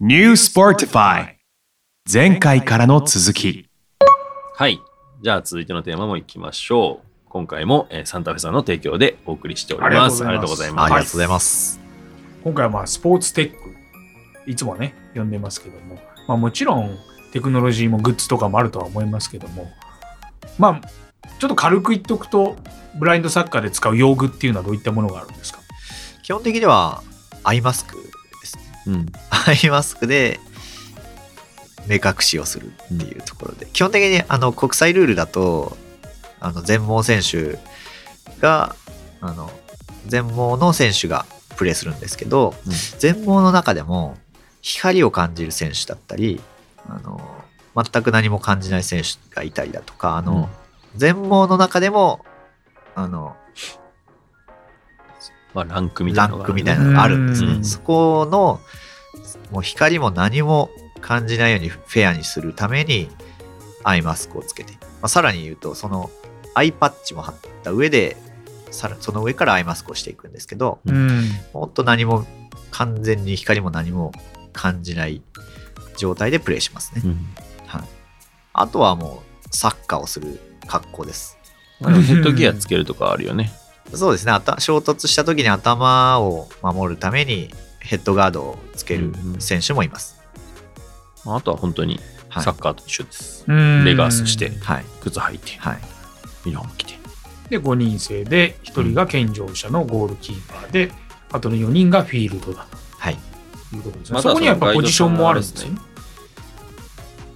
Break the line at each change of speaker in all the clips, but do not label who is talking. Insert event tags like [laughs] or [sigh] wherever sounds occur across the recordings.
New Sportify 前回からの続き
はい。じゃあ続いてのテーマもいきましょう。今回も、えーサンタフェさんの提供でお送りしております。あ
あ
り
り
がとう
がとう
ご
ご
ざ
ざ
い
い
ま。
ますす
はい
ありがとうございます。今回はまあスポーツテック、いつもね、呼んでますけども、まあ、もちろんテクノロジーもグッズとかもあるとは思いますけども、まあ、ちょっと軽く言っとくと、ブラインドサッカーで使う用具っていうのはどういったものがあるんですか
基本的にはアイマスク [laughs] ですね。
うん。
アイマスクで目隠しをするっていうところで、基本的にあの国際ルールだとあの全盲選手があの全盲の選手がプレーするんですけど、
うん
全盲の中でも光を感じる選手だったりあの全く何も感じない選手がいたりだとかあの、全盲の中でもあの
まあ、ランクみた
ラ
いなのが
ンク
あるね、
みたいなのがあるんです
う
ね。
ん
そこのもう光も何も感じないようにフェアにするためにアイマスクをつけて、まあ、さらに言うとそのアイパッチも貼った上でさらその上からアイマスクをしていくんですけど
うん。
もっと何も完全に光も何も感じない状態でプレイしますね。
うん
あとはもうサッカーをする格好です。
まあでもヘッドギアつけるとかあるよね。
そうですねあた衝突した時に頭を守るためにヘッドガードをつける選手もいます。
まああとは本当に
はい
サッカーと一緒です。
うん
レガースして、
はい。
靴履いて、
はい。
ユニフォーム着て。
で、5人制で、1人が健常者のゴールキーパーで、あとの4人がフィールドだ
はい。
ということですね。
また
そこにはやっぱポジションもあるんです
そ
ね
の。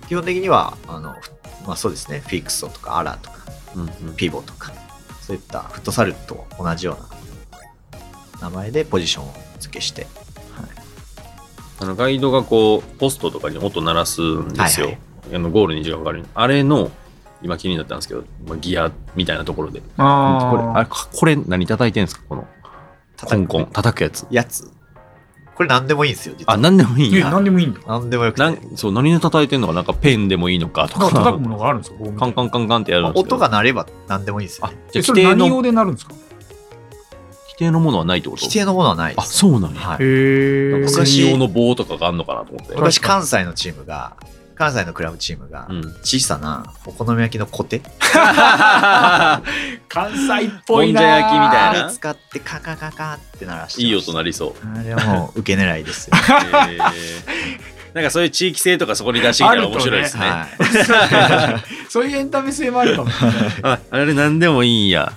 基本的には、あの、ふまあそうですね、フィクソとかアラとか、
うんうん
ピボとか、そういったフットサルと同じような名前でポジションを付けして、
あのガイドがこう、ポストとかに音鳴らすんですよ。
はい
あのゴールに時間かかる。あれの、今気になったんですけど、まあ、ギアみたいなところで。これ、あ
あ
れかこれ何叩いてんですかこの、コンコン、叩くやつ。
やつ。これ何でもいいんですよ、実
あ、
は。
何でもいい
あ。え、
な。
何でもいいんだ。
何でもよくて。
なんそう何で叩いてんのか、なんかペンでもいいのかと
なん
か、
か叩くもの [laughs] があるんですかこうみた
カ
い
ン
な
カンカンカンってやる
ま
ん
あ
ですけど、
音が鳴れば何でもいいんですよ、
あ
ね。、
じゃあ
えそ
規
れ
定
何用
の、
でなるんですか
規定のものはないってこと
規定のものはないで
あ、
す。
そうなんや。
はい。
へ
なん
え
か。専用の棒とかがあるのかなと思って。
昔
昔関西のチームが、関西のクラブチームが
う、
[laughs]
ん。
小さなお好み焼きのコテ、
関西っぽいな。
もんじゃ焼きみたいな
あれ使ってカンカンカンカンって鳴らしてました。
いい音なり
[laughs]
そう。
あれはもう受け狙いですよ。
[laughs] えーなんかそういう地域性とかそこに出してきたら面白いですね。あ
はい。
そういうエンタメ性もあるか
[laughs]
もしれない。
あれ何でもいいんや。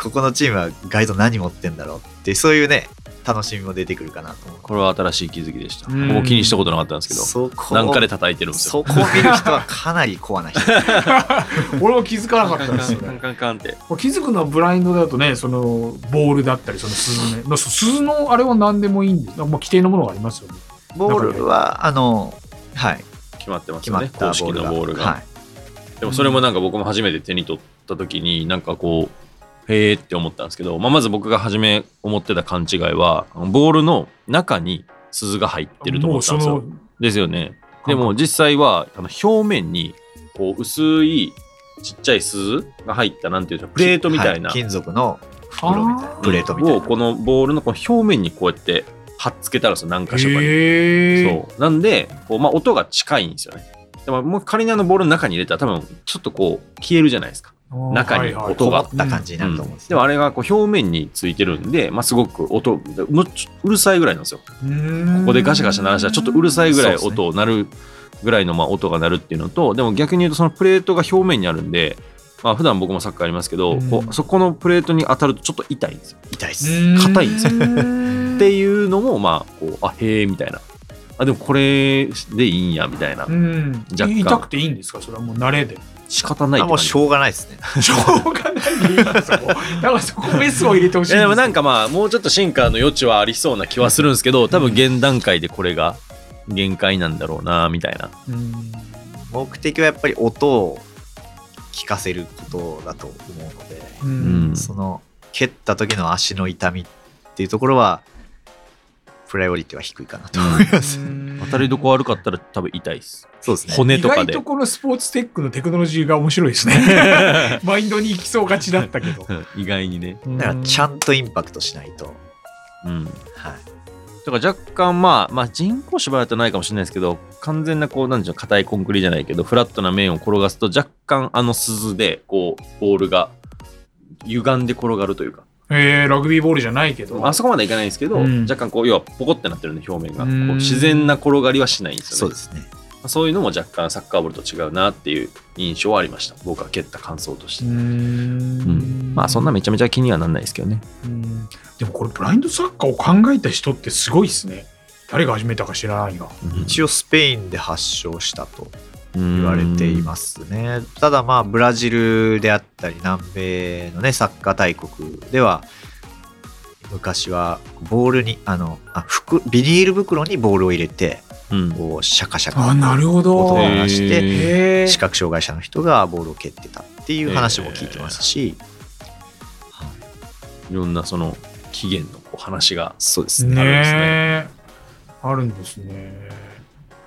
ここのチームはガイド何持ってんだろうってそういうね楽しみも出てくるかなと思う
これは新しい気づきでした。
うん
もう気にしたことなかったんですけど、
そこ
なんかで叩いてるんですよ。
そこを見る人はかなりコアな人
俺も気づかなかったんですよ
カン
ね。
カンカンって。
もう気づくのはブラインドだとね、そのボールだったり、その鈴ね。まあそ鈴のあれは何でもいいんです。もう規定のものがありますよね。
ボールはあのはい
決まってます
決
よ
まっ
ね。
た
公
ボ
式
ール
の
が
ボールが。
はい、
でもそれもなんか僕も初めて手に取った時になんかこうへーって思ったんですけど、まあ、まず僕が初め思ってた勘違いはボールの中に鈴が入ってると思ったんです
もう
よ。ですよね。
そ
で
の、
も実際はあの表面にこう薄いちっちゃい鈴が入ったなんていうのプレートみたいな
は金属の袋みたいな
あー
プレートみたい
を
な
このボールのこの表面にこうやって貼っつけたらですよ何
へ
か所かに。
え。
そうなんでこう、まあ、音が近いんですよね。でももう仮にあのボールの中に入れたら多分ちょっとこう消えるじゃないですか。
あー
中に音が
こもった感じになると思うんです
で
よ、
もあれがこう表面についてるんで、まあ、すごく音もうちょうるさいぐらいなんですよ。こ
こ
こでガシャガシャ鳴らしたらちょっとうるさいぐらい
そうです
音
ね
を鳴るぐらいのまあ音が鳴るっていうのとでも逆に言うとそのプレートが表面にあるんで、まあ普段僕もサッカーありますけど、
うん
こうそこのプレートに当たるとちょっと痛いんですよ。
痛いです、
硬いんです
よ。
っていうのもまあこうあへえみたいなあでもこれでいいんやみたいな
うん、
若干
痛くていいんですかそれはもう慣れで。
仕方ないっ
あ
て感
もう
じ
しょうがないですね
しょうがないでいいんですよ。だからそこメスを入れてほしい
いやでもなんか
か、
まあもうちょっと進化の余地はありそうな気はするんですけど多分現段階でこれが限界なんだろうなみたいな。
うん
目的はやっぱり音を聞かせることだと思うので、
うん
その蹴った時の足の痛みっていうところはプライオリティは低いかなと思います、
当たりどこ悪かったら多分痛いです。
そうですね
骨
意
とか
外
で
と。このスポーツテックのテクノロジーが面白いで
[laughs]
すね。マインドに行きそうがちだったけど。
意外にね。
だからちゃんとインパクトしないと、
うん。
はい、
だから若干まあ、まあ、人工芝だとないかもしれないですけど、完全なこう、なんでしょう、硬いコンクリじゃないけど、フラットな面を転がすと、若干あの鈴で、こう、ボールが歪んで転がるというか、
えー、ラグビーボールじゃないけど。
あそこまではいかないんですけど、
うん
若干こう、要はポコってなってるんで、表面が。
うん
こう自然な転がりはしないんです
そ
よ
う
ね
で。すね。
まあそういうのも若干サッカーボールと違うなっていう印象はありました。僕は蹴った感想とし
う
て。う
ー
ん
ん。
まあ、そんなめちゃめちゃ気にはなんないですけどね。
うんでもこれブラインドサッカーを考えた人ってすごいですね。誰が始めたか知らないが。
一応スペインで発祥したと
言
言われていますね。ただまあブラジルであったり南米のねサッカー大国では昔はボールにあのあ服ビニール袋にボールを入れて
す。うん。
こうシャカシャ
あ、
カ
なるほど。
音を
へ
出し
へ
て
え。
視覚障害者の人がボールを蹴ってたっていう話も聞いてますし、
いろんなその起源のこう話が。
そうですね
ねえ。あるんですね。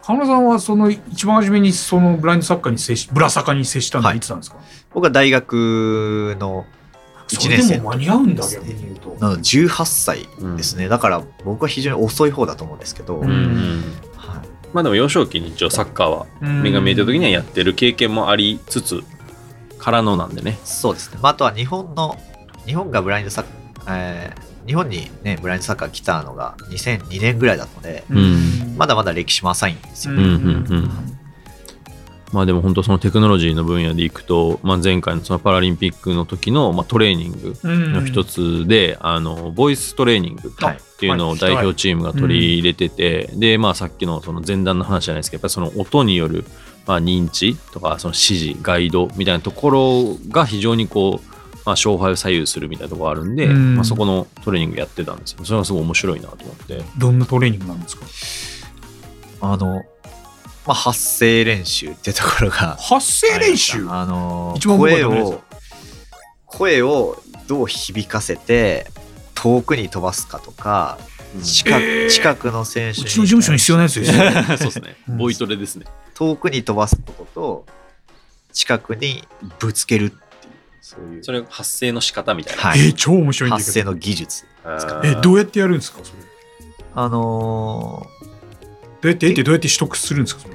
河村さんはその一番初めにそのブラインドサッカーに接し、ブラサカに接したのは
はい
いつなんですか、
僕は大学の
そ
1
れ
年
で
生
も間に合うんだ
です
逆
ね
に言うと。
なので18歳ですね、だから僕は非常に遅い方だと思うんですけど、
うん
はい
まあでも幼少期に一応サッカーは目が見えた時にはやってる経験もありつつからのなんでね。
そうですね、まあ、あとは日本の日本がブラインドサッカー、えー日本に、ね、ブラインドサッカー来たのが2002年ぐらいだったので
うん
うん
まだまだ歴史も浅いんですよ、
うんうんうん。まあでも本当そのテクノロジーの分野でいくと、まあ、前回のそのパラリンピックの時のまあトレーニング
うん
の一つで、あのボイストレーニングっていうのを
はい
代表チームが取り入れてて、で、まあ、さっきのその前段の話じゃないですけどやっぱりその音による、まあ、認知とかその指示ガイドみたいなところが非常にこう、まあ、勝敗を左右するみたいなところがあるんで、
うん
まあ、そこのトレーニングやってたんですよそれがすごい面白いなと思って。
どんなトレーニングなんですか
あの、まあ、発声練習ってところが
発声練習
あの
一番覚えて
声
ないやつ
を声をどう響かせて遠くに飛ばすかとか近,、
えー
近くの選手
うちの事務所に必要なやつですよ。
そう
[laughs]
ですね
うん
ボイトレですね。
遠くに飛ばすことと近くにぶつけるっていうそういう
それ発声の仕方みたいな。
は
え
い
ー、超面白いんだ
発声
けど。
の技術
え
え
ー、どうやってやるんですかそれ。ど
あの
うやって得てどうやって取得するんですかそれ。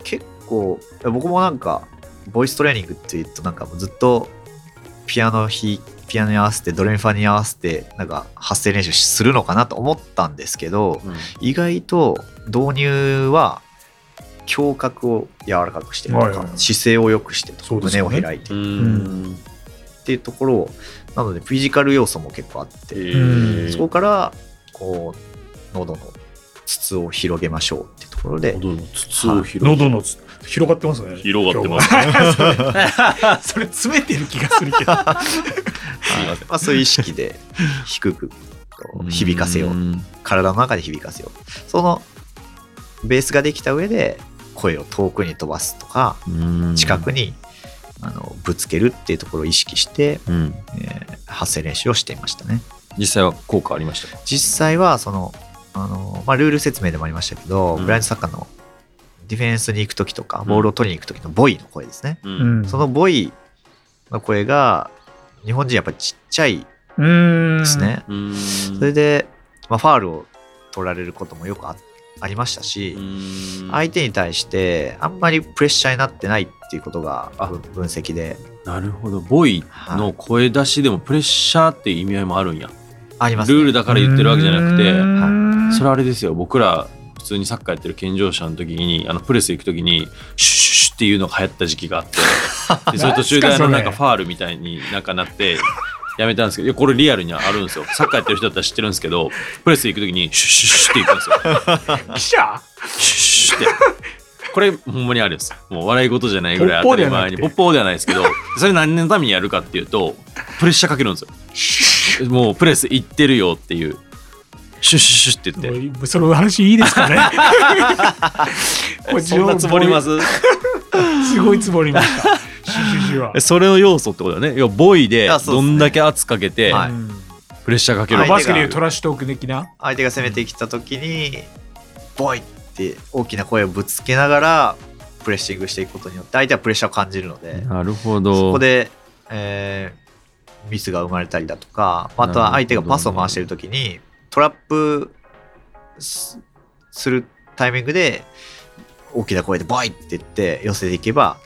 ー結構僕もなんかボイストレーニングって言うとなんかもうずっとピアノ弾ピアノに合わせてドレミファに合わせてなんか発声練習するのかなと思ったんですけど意外と導入は胸郭を柔らかくしてとか、
はいはいはい
姿勢を良くしてとか、
そうです
胸
よ
を
ね
開いて
う
っ
ん。
ていうところをなのでフィジカル要素も結構あって、
ん
そこからこう喉の筒を広げましょうってところで
喉の筒を広
喉のつ広がってますね。
広がって
[laughs]
ます
今
げ
日それ詰めてる気がするけど。
いません
[laughs] まあ、そういう意識で低くこう響かせよう体の中で響かせようそのベースができた上で声を遠くに飛ばすとか近くにあのぶつけるっていうところを意識して、
うん
えー発声練習をしていましたね
実際は効果ありましたか
実際はそのあの、まあ、ルール説明でもありましたけど、
うん
ブラインドサッカーのディフェンスに行く時とかボールを取りに行く時のボイの声ですね、
う
うんん
そのボイの声が日本人やっぱりちっちゃい
うん
です。ね、それで、まあ、ファールを取られることもよくあありましたし、相手に対してあんまりプレッシャーになってないっていうことが
あ
分分析で
なるほどボイの声出しでもプレッシャーっていう意味合いもあるんや
あります、
ルールだから言ってるわけじゃなくて
は
それはあれですよ僕ら普通にサッカーやってる健常者の時にあのプレス行く時にシュッシュッシュッっていうのが流行った時期があってでそれ途中であのな
なんんすかそ
か
れ
ファールみたいになんかなってやめたんですけどいやこれリアルにあるんですよサッカーやってる人だったら知ってるんですけどプレス行く時にシュッシュッシュッって行くんですよ
記者
シュッシュッって。これほんまにあれです。もう笑い事じゃないぐらい当た
ポッポ
り
ではな
前
く
に。
て
ポッポではないですけど、それ何年のためにやるかっていうと、プレッシャーかけるんですよ。もうプレスいってるよっていう。シュッシュッシュッって言って。
[laughs] もうその話いいですかねもう
そんなつもります
すごいつぼりました。シュシュシュは。
それの要素ってことだよね。要はボイで
あそうっ
ど
すね
んだけ圧かけて
はい
うん
プレッシャーかけ
は
る
い
か
バスケでいうトラッシュトーク的な。
相手が攻めてきた時にボイって大きな声をぶつけながらプレッシングしていくことによって相手はプレッシャーを感じるので
なるほど。
そこで、えーミスが生まれたりだとかあとは相手がパスを回してる時にトラップすするタイミングで大きな声でボイって言って寄せていけば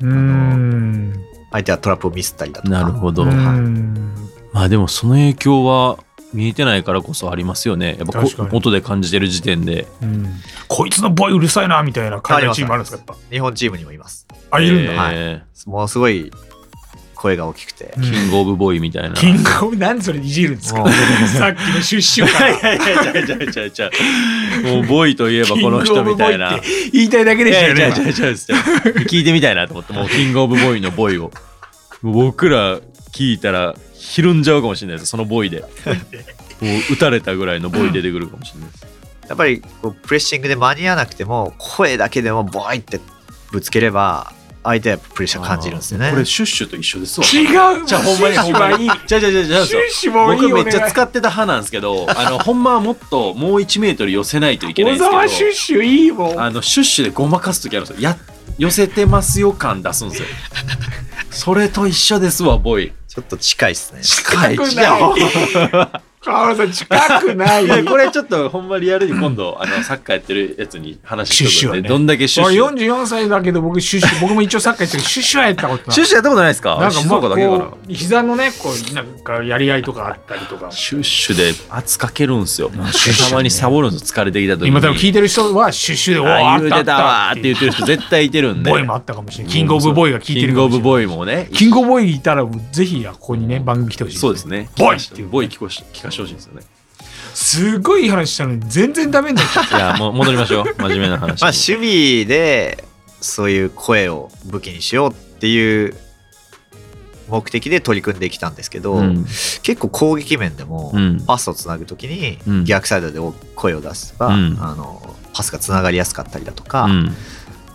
うーん。
相手はトラップをミスったりだとか
なるほど。
う
はい
ーん
まあでもその影響は見えてないからこそありますよね。やっぱこ
確かに
音で感じてる時点で。
うんこいつのボーイうるさいなみたいな海外チームあるんですかやっ
日本チームにもいます
ぱ。あ、いるんだ。
はい
え
ものすごい声が大きくて
ー
うん
キングオブボーイみたいな。。
キングオブ、なんでそれいじるんですか
もう
[laughs] さっきの出資から
[laughs] いやいやいやいやいやいやいやもうボーイといえばこの人みたいな。
キングオブボーイって言いたいだけ
い
でした
や
よ
いやいやい
ね。
やいや聞いてみたいなと思って、もうキングオブボーイのボーイを。もう僕ら聞いたらひるんじゃうかもしれないです、そのボーイで。もう打たれたぐらいのボーイ出てくるかもしれないです。
やっぱりこうプレッシングで間に合わなくても声だけでもボイってぶつければ相手はやっぱプレッシャー感じるんですよね
これシュッシュと一緒ですわ。
違う。
じゃあほんまにほんま
に。
じゃじゃじゃじゃ
出資もいい
僕めっち
お願
ゃ
い
使ってた派なんですけど、あの、ほんまはもっともう1メートル寄せないといけないん
小
ですけど。
沢シュッシュいいもん。
あのシュッシュでごまかす時あるんですよや寄せてますよ感出すんですよそれと一緒ですわボーイ
ちょっと近いっすね
近
近く
じゃん
ない川村さん近くない。
いやこれちょっとほんまリアルに今度あのサッカーやってるやつに話し
シュッシ
て
ュはね
どんだけシュッ
俺
シュ
44歳だけど僕シュッシュ僕も一応サッカーやってるけどシュッシュはやったことない
シュッシュやったことないですか
なんか
静
もう
岡だけか
こ
な
う膝のねこうなんかやり合いとかあったりとか
シュッシュで圧かけるんすよ
シュッシュね
たまにサボるんですよ疲れてきた時に
今多分聞いてる人はシュッシュでおー
あ
あ
あ言う
った
て
あった
たわーって言って
る
る人絶対いてるんで
ボーイもあったかもしれないキングオブボーイが聞いて
キン
る
グ
か
オ
もし
ブ
れない
ボーイもね
キングオブボーイいたらもうぜひここにね番組来てほしい
そうですね
ボーイっていう
ボーイ聞こし聞かしてほしいんですよね
すごいいい話したのに全然ダメになっちゃっ
いやもう戻りましょう真面目な話 [laughs]
まあ守備でそういう声を武器にしようっていう目的で取り組んできたんですけど、
うん
結構攻撃面でも
うん
パスをつなぐ時に
うん
逆サイドで声を出すとか、
うん
あのパスがつながりやすかったりだとか、
うん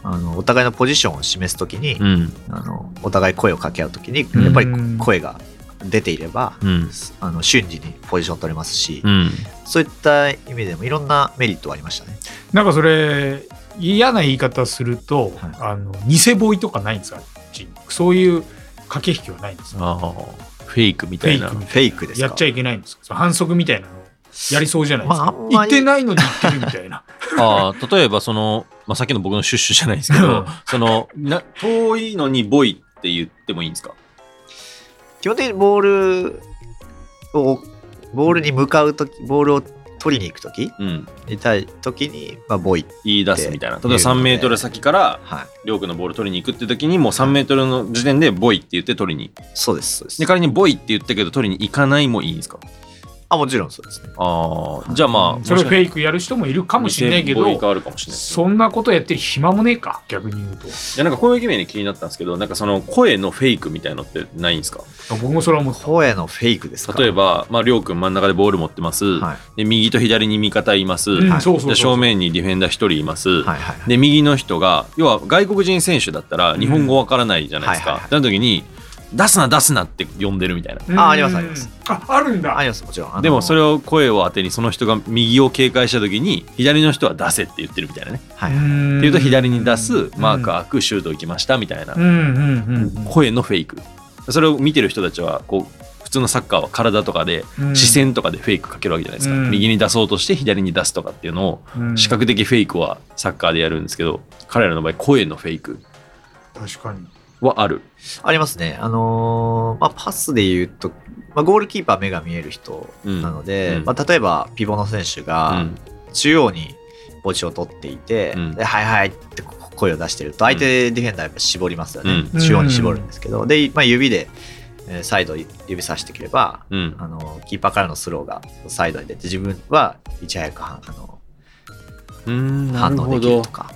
あのお互いのポジションを示す時に、
うん
あのお互い声を掛け合う時に
ん
やっぱり
うん
声が出ていれば、
うん
あの瞬時にポジション取れますし、
うん
そういった意味でもいろんなメリットはありましたね。
たなんかそれ嫌な言い方すると、
はい
あの偽ボーイとかないんですかチームそういう駆け引きはないんですか
ああフェイクみ
フ
た
ェ
い
イク
な
みたいな
フェイクですか
やっちゃいけないんですかその反則みたいなのやりそうじゃないですか、
まああんまり
言ってないのに言ってるみた
[laughs]
いな
ああ例えばその、まあ、さっきの僕のシュッシュじゃないですけ
うん
どそのな遠いのにボイって言ってもいいんですか
基本的にボールをボールに向かうときボールを取りに行くとき
うん
痛いときに、まあ、ボイ、
言い出すみたいな
っ
例
て
えば3メートル先から
はい、
りょうくんのボール取りに行くって時にもう3メートルの時点でボイって言って取りに
そうですそうです
で仮にボイって言ったけど取りに行かないもいいんですか
あもちろんそうですね
ああじゃあまあ
それをフェ
イク
イクやる人もいるかもしれないけ
ボイが
ど
あるかもしれないですね
そんなことやってる暇もねえか逆に言うと
いやなんかこういう面で気になったんですけどなんかその声のフェイクみたいのってないんですか
僕もそれは思った
声のフェイクですか
例え、ば、まあ、りょうくん真ん中でボール持ってます、
はい、
で右と左に味方います、
うん
はい
そうそうそう
で正面にディフェンダー1人います、
はいはいはい
で右の人が要は外国人選手だったら日本語わからないじゃないです
うんはい
か
は、い
なの時に「出すな出すな」って呼んでるみたいな。
あありますあります
ああるんだ
ありますもちろんあの
でもそれを声を当てにその人が右を警戒した時に左の人は出せって言ってるみたいなね。
は
う
いはい
ん
っていうと左に出すマーク開くシュート行きましたみたいな
うんうんうんうん
声のフェイクそれを見てる人たちはこう普通のサッカーは体とかで
うん
視線とかでフェイクかけるわけじゃないですか、
うん
右に出そうとして左に出すとかっていうのを
うん
視覚的フェイクはサッカーでやるんですけど彼らの場合声のフェイク
確かに
はある
ありますねあのーまあ、パスで言うと、まあ、ゴールキーパー目が見える人なので、
うんうん
まあ、例えばピボの選手が、
うん
中央にポジションを取っていて、
うん
ではいはいってこう声を出してると相手ディフェンダーはやっぱ絞りますよね、
うん
中央に絞るんですけどで、まあ、指でえーサイド指さしてくれば
うん
あのキーパーからのスローがサイドに出て自分はいち早くはあの
うんな
反
る
応で
ほ
きる
ど
とか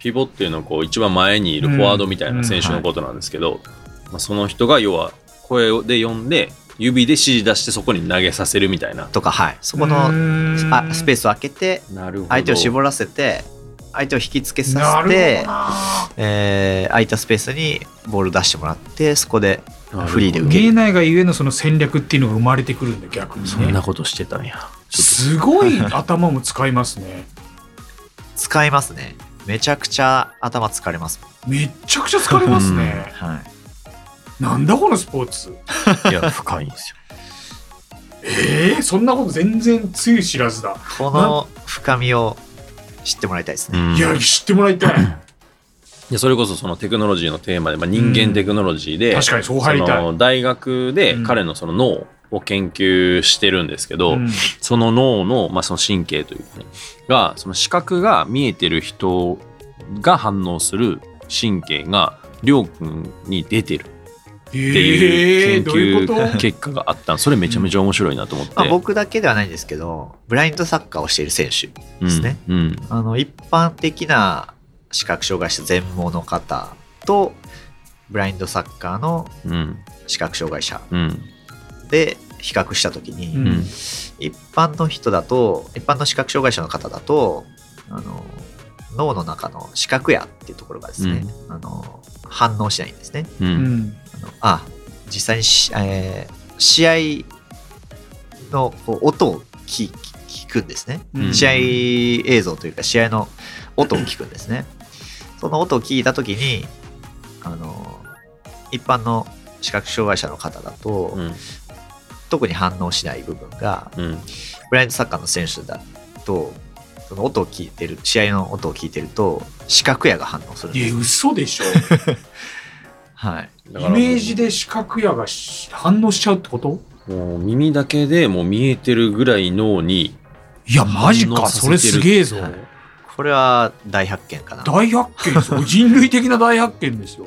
ピボっていうのはこう一番前にいるフォワードみたいな選手のことなんですけど、まあ、その人が要は声で呼んで指で指示出してそこに投げさせるみたいな
とかはいそこのあスペー
ース
スを空けて
なるほど
相手を絞らせて相手を引きつけさせて、えー空いたスペースにボール出してもらってそこでフリーで受け
見えないがゆえのその戦略っていうのが生まれてくるんだ逆にね
そんなことしてたんやちょっと
すごい頭も使います
[laughs]
ね
使いますねめちゃくちゃ頭疲れますもん、
めっちゃくちゃ疲れますね。
はい
[laughs]
なんだこのスポーツ。
いや深いんですよ
ええー、そんなこと全然つゆ知らずだ。
この深みを知ってもらいたいですね。
うん
いや、知ってもらいたい。
でそれこそそのテクノロジーのテーマで、まあ、人間テクノロジーで、
確かにそう入りたい。
その大学で
うん
彼のその脳を研究してるんですけど、
うん
その脳の,、まあその神経というかねがその視覚が見えてる人が反応する神経がりょうくんに出てる
っ
っ
て
てい
え
う
ー、どうい
研
うこ
究
と
結果があったのそれめちゃめちゃ面白いなと思って、
まあ、僕だけではないんですけど、ブラインドサッカーをしている選手、ですね
うんうん
あの一般的な視覚障害者全盲の方と、ブラインドサッカーの
うん
視覚障害者
うん
で比較したときに、
うん
うん
一般の人だと、一般の視覚障害者の方だと、あの脳の中の視覚野っていうところがですね、あの反応しないんですね。
う
うんん
あのあ実際にし、えー試合のこう音を聞聞聞くんですね、
うん
試合映像というか試合の音を聞くんですねその音を聞いた時にあの一般の視覚障害者の方だと、
うん
特に反応しない部分が
うん
ブラインドサッカーの選手だとその音を聞いてる試合の音を聞いてると視覚野が反応するん
い
です
や、嘘で
[laughs]
しょ。
はい、
イ
イメージで視覚野がし反応しちゃうってこと
もう耳だけでもう見えてるぐらい脳に
いや、マジ
反応
か。
させて
そ
る
れすげえぞ。
はいこれは大発見かな
大発見です
[laughs]
よ。人類的な大発見ですよ。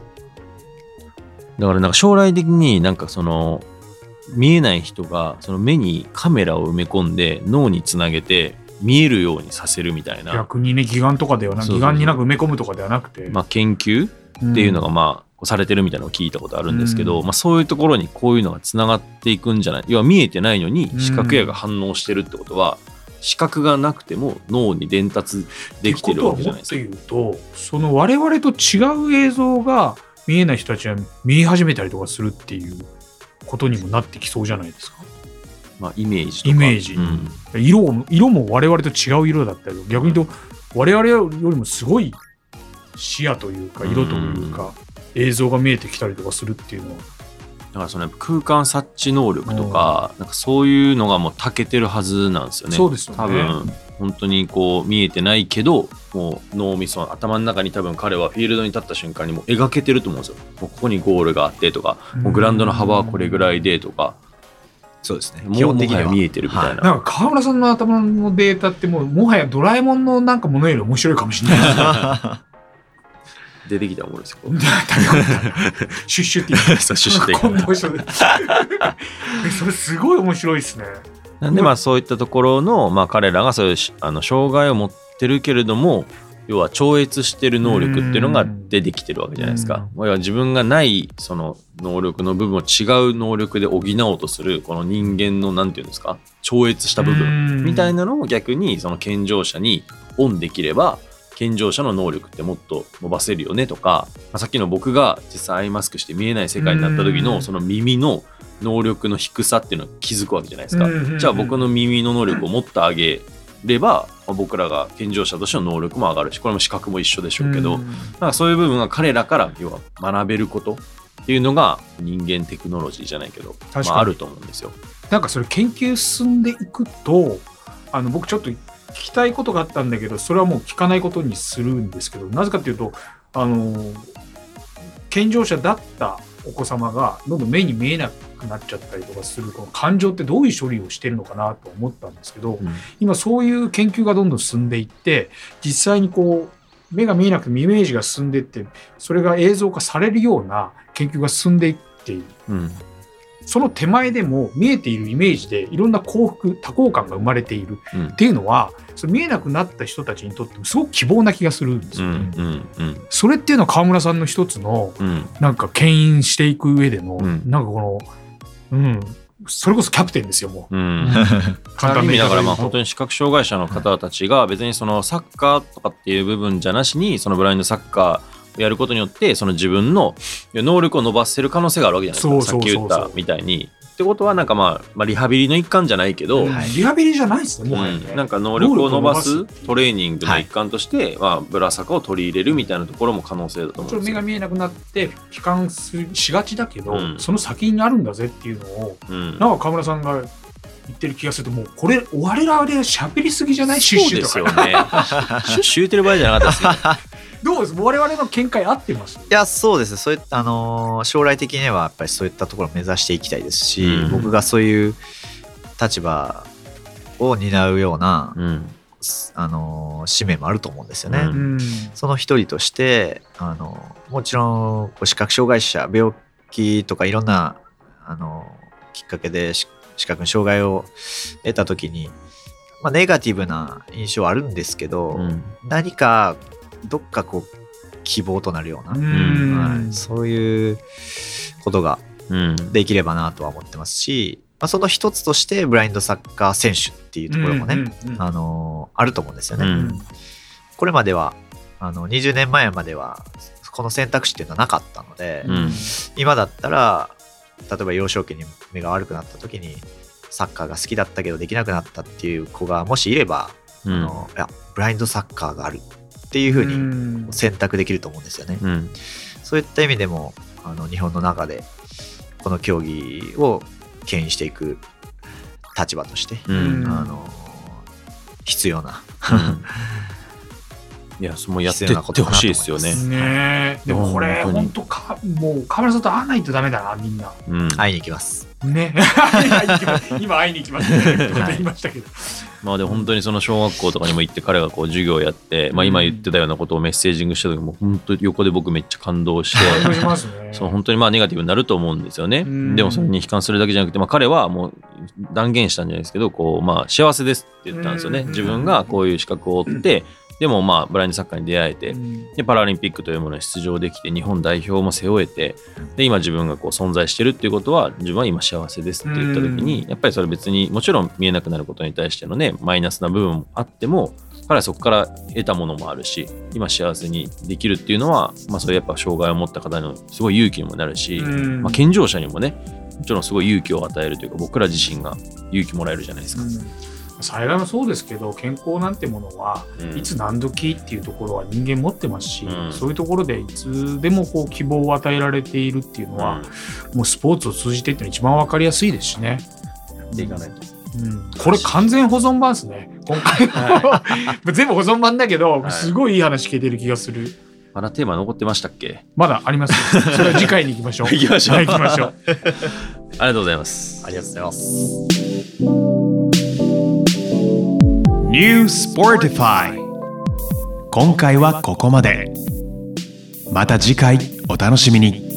だからなんか将来的になんかその見えない人がその目にカメラを埋め込んで脳につなげて見えるようにさせるみたいな、
逆にね、義眼とかではなく、
そうそう
義
そう
眼になんか埋め込むとかではなくて。
まあ、研究っていうのが
ん
まあこうされてるみたいなのを聞いたことあるんですけど、
うん
まあ、そういうところにこういうのがつながっていくんじゃない要は見えてないのに
うん
視覚野が反応してるってことは視覚がなくても脳に伝達できてるわけじゃないですか。
ってことはもっと言うとその我々と違う映像が見えない人たちは見え始めたりとかするっていうことにもなってきそうじゃないですか
まあ、イメージとか
イメージ
うん
色を色も我々と違う色だったりとか逆に言うと我々よりもすごい視野というか色というか映像が見えてきたりとかするっていうのは
だからそのやっぱ空間察知能力とか,、なんかそういうのがもう長けてるはずなんですよね。
そうですよね
多分本当にこう見えてないけどもう脳みそ頭の中に多分彼はフィールドに立った瞬間にもう描けてると思うんですよ。もうここにゴールがあってとかもうグラウンドの幅はこれぐらいでとか
そうですね。
もうもはや見えてるみたい
は
な。
なんか川村さんの頭のデータってもうもはやドラえもんのなんかものより面白いかもしれな
[laughs]
い
出てきたものですよ。こう
シュッシュって言って
そうシュッシュって言う
今度一緒でえそれすごい面白いですね
なんでまあそういったところの、まあ、彼らがそういうしあの障害を持ってるけれども要は超越してる能力っていうのが出てきてるわけじゃないですか。要は自分がないその能力の部分を違う能力で補おうとするこの人間のなんていうんですか超越した部分
分
みたい
な
なのを逆にその健常者にオンできれば健常者の能力ってもっと伸ばせるよねとか、まあさっきの僕が実際アイマスクして見えない世界になった時
う
の
ん
その耳の能力の低さっていうのを気づくわけじゃないですか。じゃあ僕の耳の能力をもっと上げれば、まあ僕らが健常者としての能力も上がるしこれも資格も一緒でしょうけど、なんかそういう部分が彼らから要は学べることっていうのが人間テクノロジーじゃないけど、
かに
まあ、あると思うんですよ。
なんかそれ研究進んでいくとあの僕ちょっと聞きたいことがあったんだけどそれはもう聞かないことにするんですけどなぜかっていうとあの健常者だったお子様がどんどん目に見えなくなっちゃったりとかするこの感情ってどういう処理をしてるのかなと思ったんですけど、
うん
今そういう研究がどんどん進んでいって実際にこう目が見えなくてもイメージが進んでいってそれが映像化されるような研究が進んでいっている
うん
その手前でも見えているイメージでいろんな幸福多幸感が生まれている
うん
っていうのはその見えなくなった人たちにとってもすごく希望な気がするんです
う
よね。
んうんうん
それっていうのは川村さんの一つの
うん
なんか牽引していく上での、
うん
なんかこのうんそれこそキャプテンですよも
うん [laughs]
う
ある意味だからまあ本当
簡単な言い方で言うと
に視覚障害者の方たちが別にそのサッカーとかっていう部分じゃなしにそのブラインドサッカーをやることによってその自分の能力を伸ばせる可能性があるわけじゃないですか
そうそうそうそう
さっき言ったみたいに。ってことはなんかまあ、まあ、リハビリの一環じゃないけど、
はい
リハビリじゃないですね
う
もはやね、
んなんか能力を伸ば
能
す
力を伸ばす
トレーニングの一環として、まあ、ブラサカを取り入れるみたいなところも可能性だと思
もち
うん
ろ
です
ん目が
よ。
見えなくなって悲観すしがちだけど、
うん
その先にあるんだぜっていうのを
うん
なんか川村さんが言ってる気がすると、もうこれ、我々は喋りすぎじゃないシュッ
そう
シュ
で
と
す
か。
よね。シュッシュ言ってる場合じゃなかったですね。
どうです我々の見解合ってます
いやそうですねそういった、あのー将来的にはやっぱりそういったところを目指していきたいですし、
うん
僕がそういう立場を担うような、
うん。
あのー使命もあると思うんですよね。
うん
ん。
その一人としてあのもちろんこう視覚障害者病気とかいろんなあのきっかけでし視覚に障害を得た時に、まあ、ネガティブな印象はあるんですけど、
うん
何かどっかこう希望となるような、
うん
はい、そういうことが
うん。
できればなとは思ってますし、まあ、その一つとしてブラインドサッカー選手っていうところもね、
うんうん
あのあると思うんですよね。
うん
これまではあの20年前まではこの選択肢っていうのはなかったので、
うん。
今だったら例えば幼少期に目が悪くなった時にサッカーが好きだったけどできなくなったっていう子がもしいれば、
う
あ
ん。
のいやブラインドサッカーがあるっていうふう
う
に
ん
選択できると思うんですよね。
うん。
そういった意味でもあの日本の中でこの競技を牽引していく立場として、
うん。
あの必要な
うんいや、そのやってってほしいですよね。
ねえでもこれ
うん
本当かもう河村さんと会わないとダメだなみんな
うん。
会いに行きます。
ね会いに行きます今会いに行きますってこと言いましたけど
まあで本当にその小学校とかにも行って彼がこう授業をやって、まあ今言ってたようなことをメッセージングした時も本当横で僕めっちゃ感動して、
感動しますね
そう本当にまあネガティブになると思うんですよね。
うん
でもそれに悲観するだけじゃなくて、まあ、彼はもう断言したんじゃないですけどこう、まあ、幸せですって言ったんですよ
う
ね。
ん
自分がこういう資格を負ってでもまあブラインドサッカーに出会えて
うん
でパラリンピックというものに出場できて日本代表も背負えてで今自分がこう存在してるっていうことは自分は今幸せですって言った時にやっぱりそれ別にもちろん見えなくなることに対してのねマイナスな部分もあっても彼はそこから得たものもあるし今幸せにできるっていうのは、まあ、そういうやっぱ障害を持った方のすごい勇気にもなるし、
うん
まあ、健常者にもねもちろんすごい勇気を与えるというか僕ら自身が勇気もらえるじゃないですか。
うん災害もそうですけど健康なんてものは
うん
いつ何時っていうところは人間持ってますし、
うん
そういうところでいつでもこう希望を与えられているっていうのは、もうスポーツを通じてっていうのは一番わかりやすいですしね。
でいかないと。
うん、これ完全保存版ですね。今回、 [laughs] 全部保存版だけど、
はい
すごいいい話聞けてる気がする。
まだテーマ残ってましたっけ
まだあります。それは次回に行きましょう。
[laughs] 行きましょう
はい行きましょう。
ありがとうございます。
ありがとうございます。
New Sportify 今回はここまでまた次回お楽しみに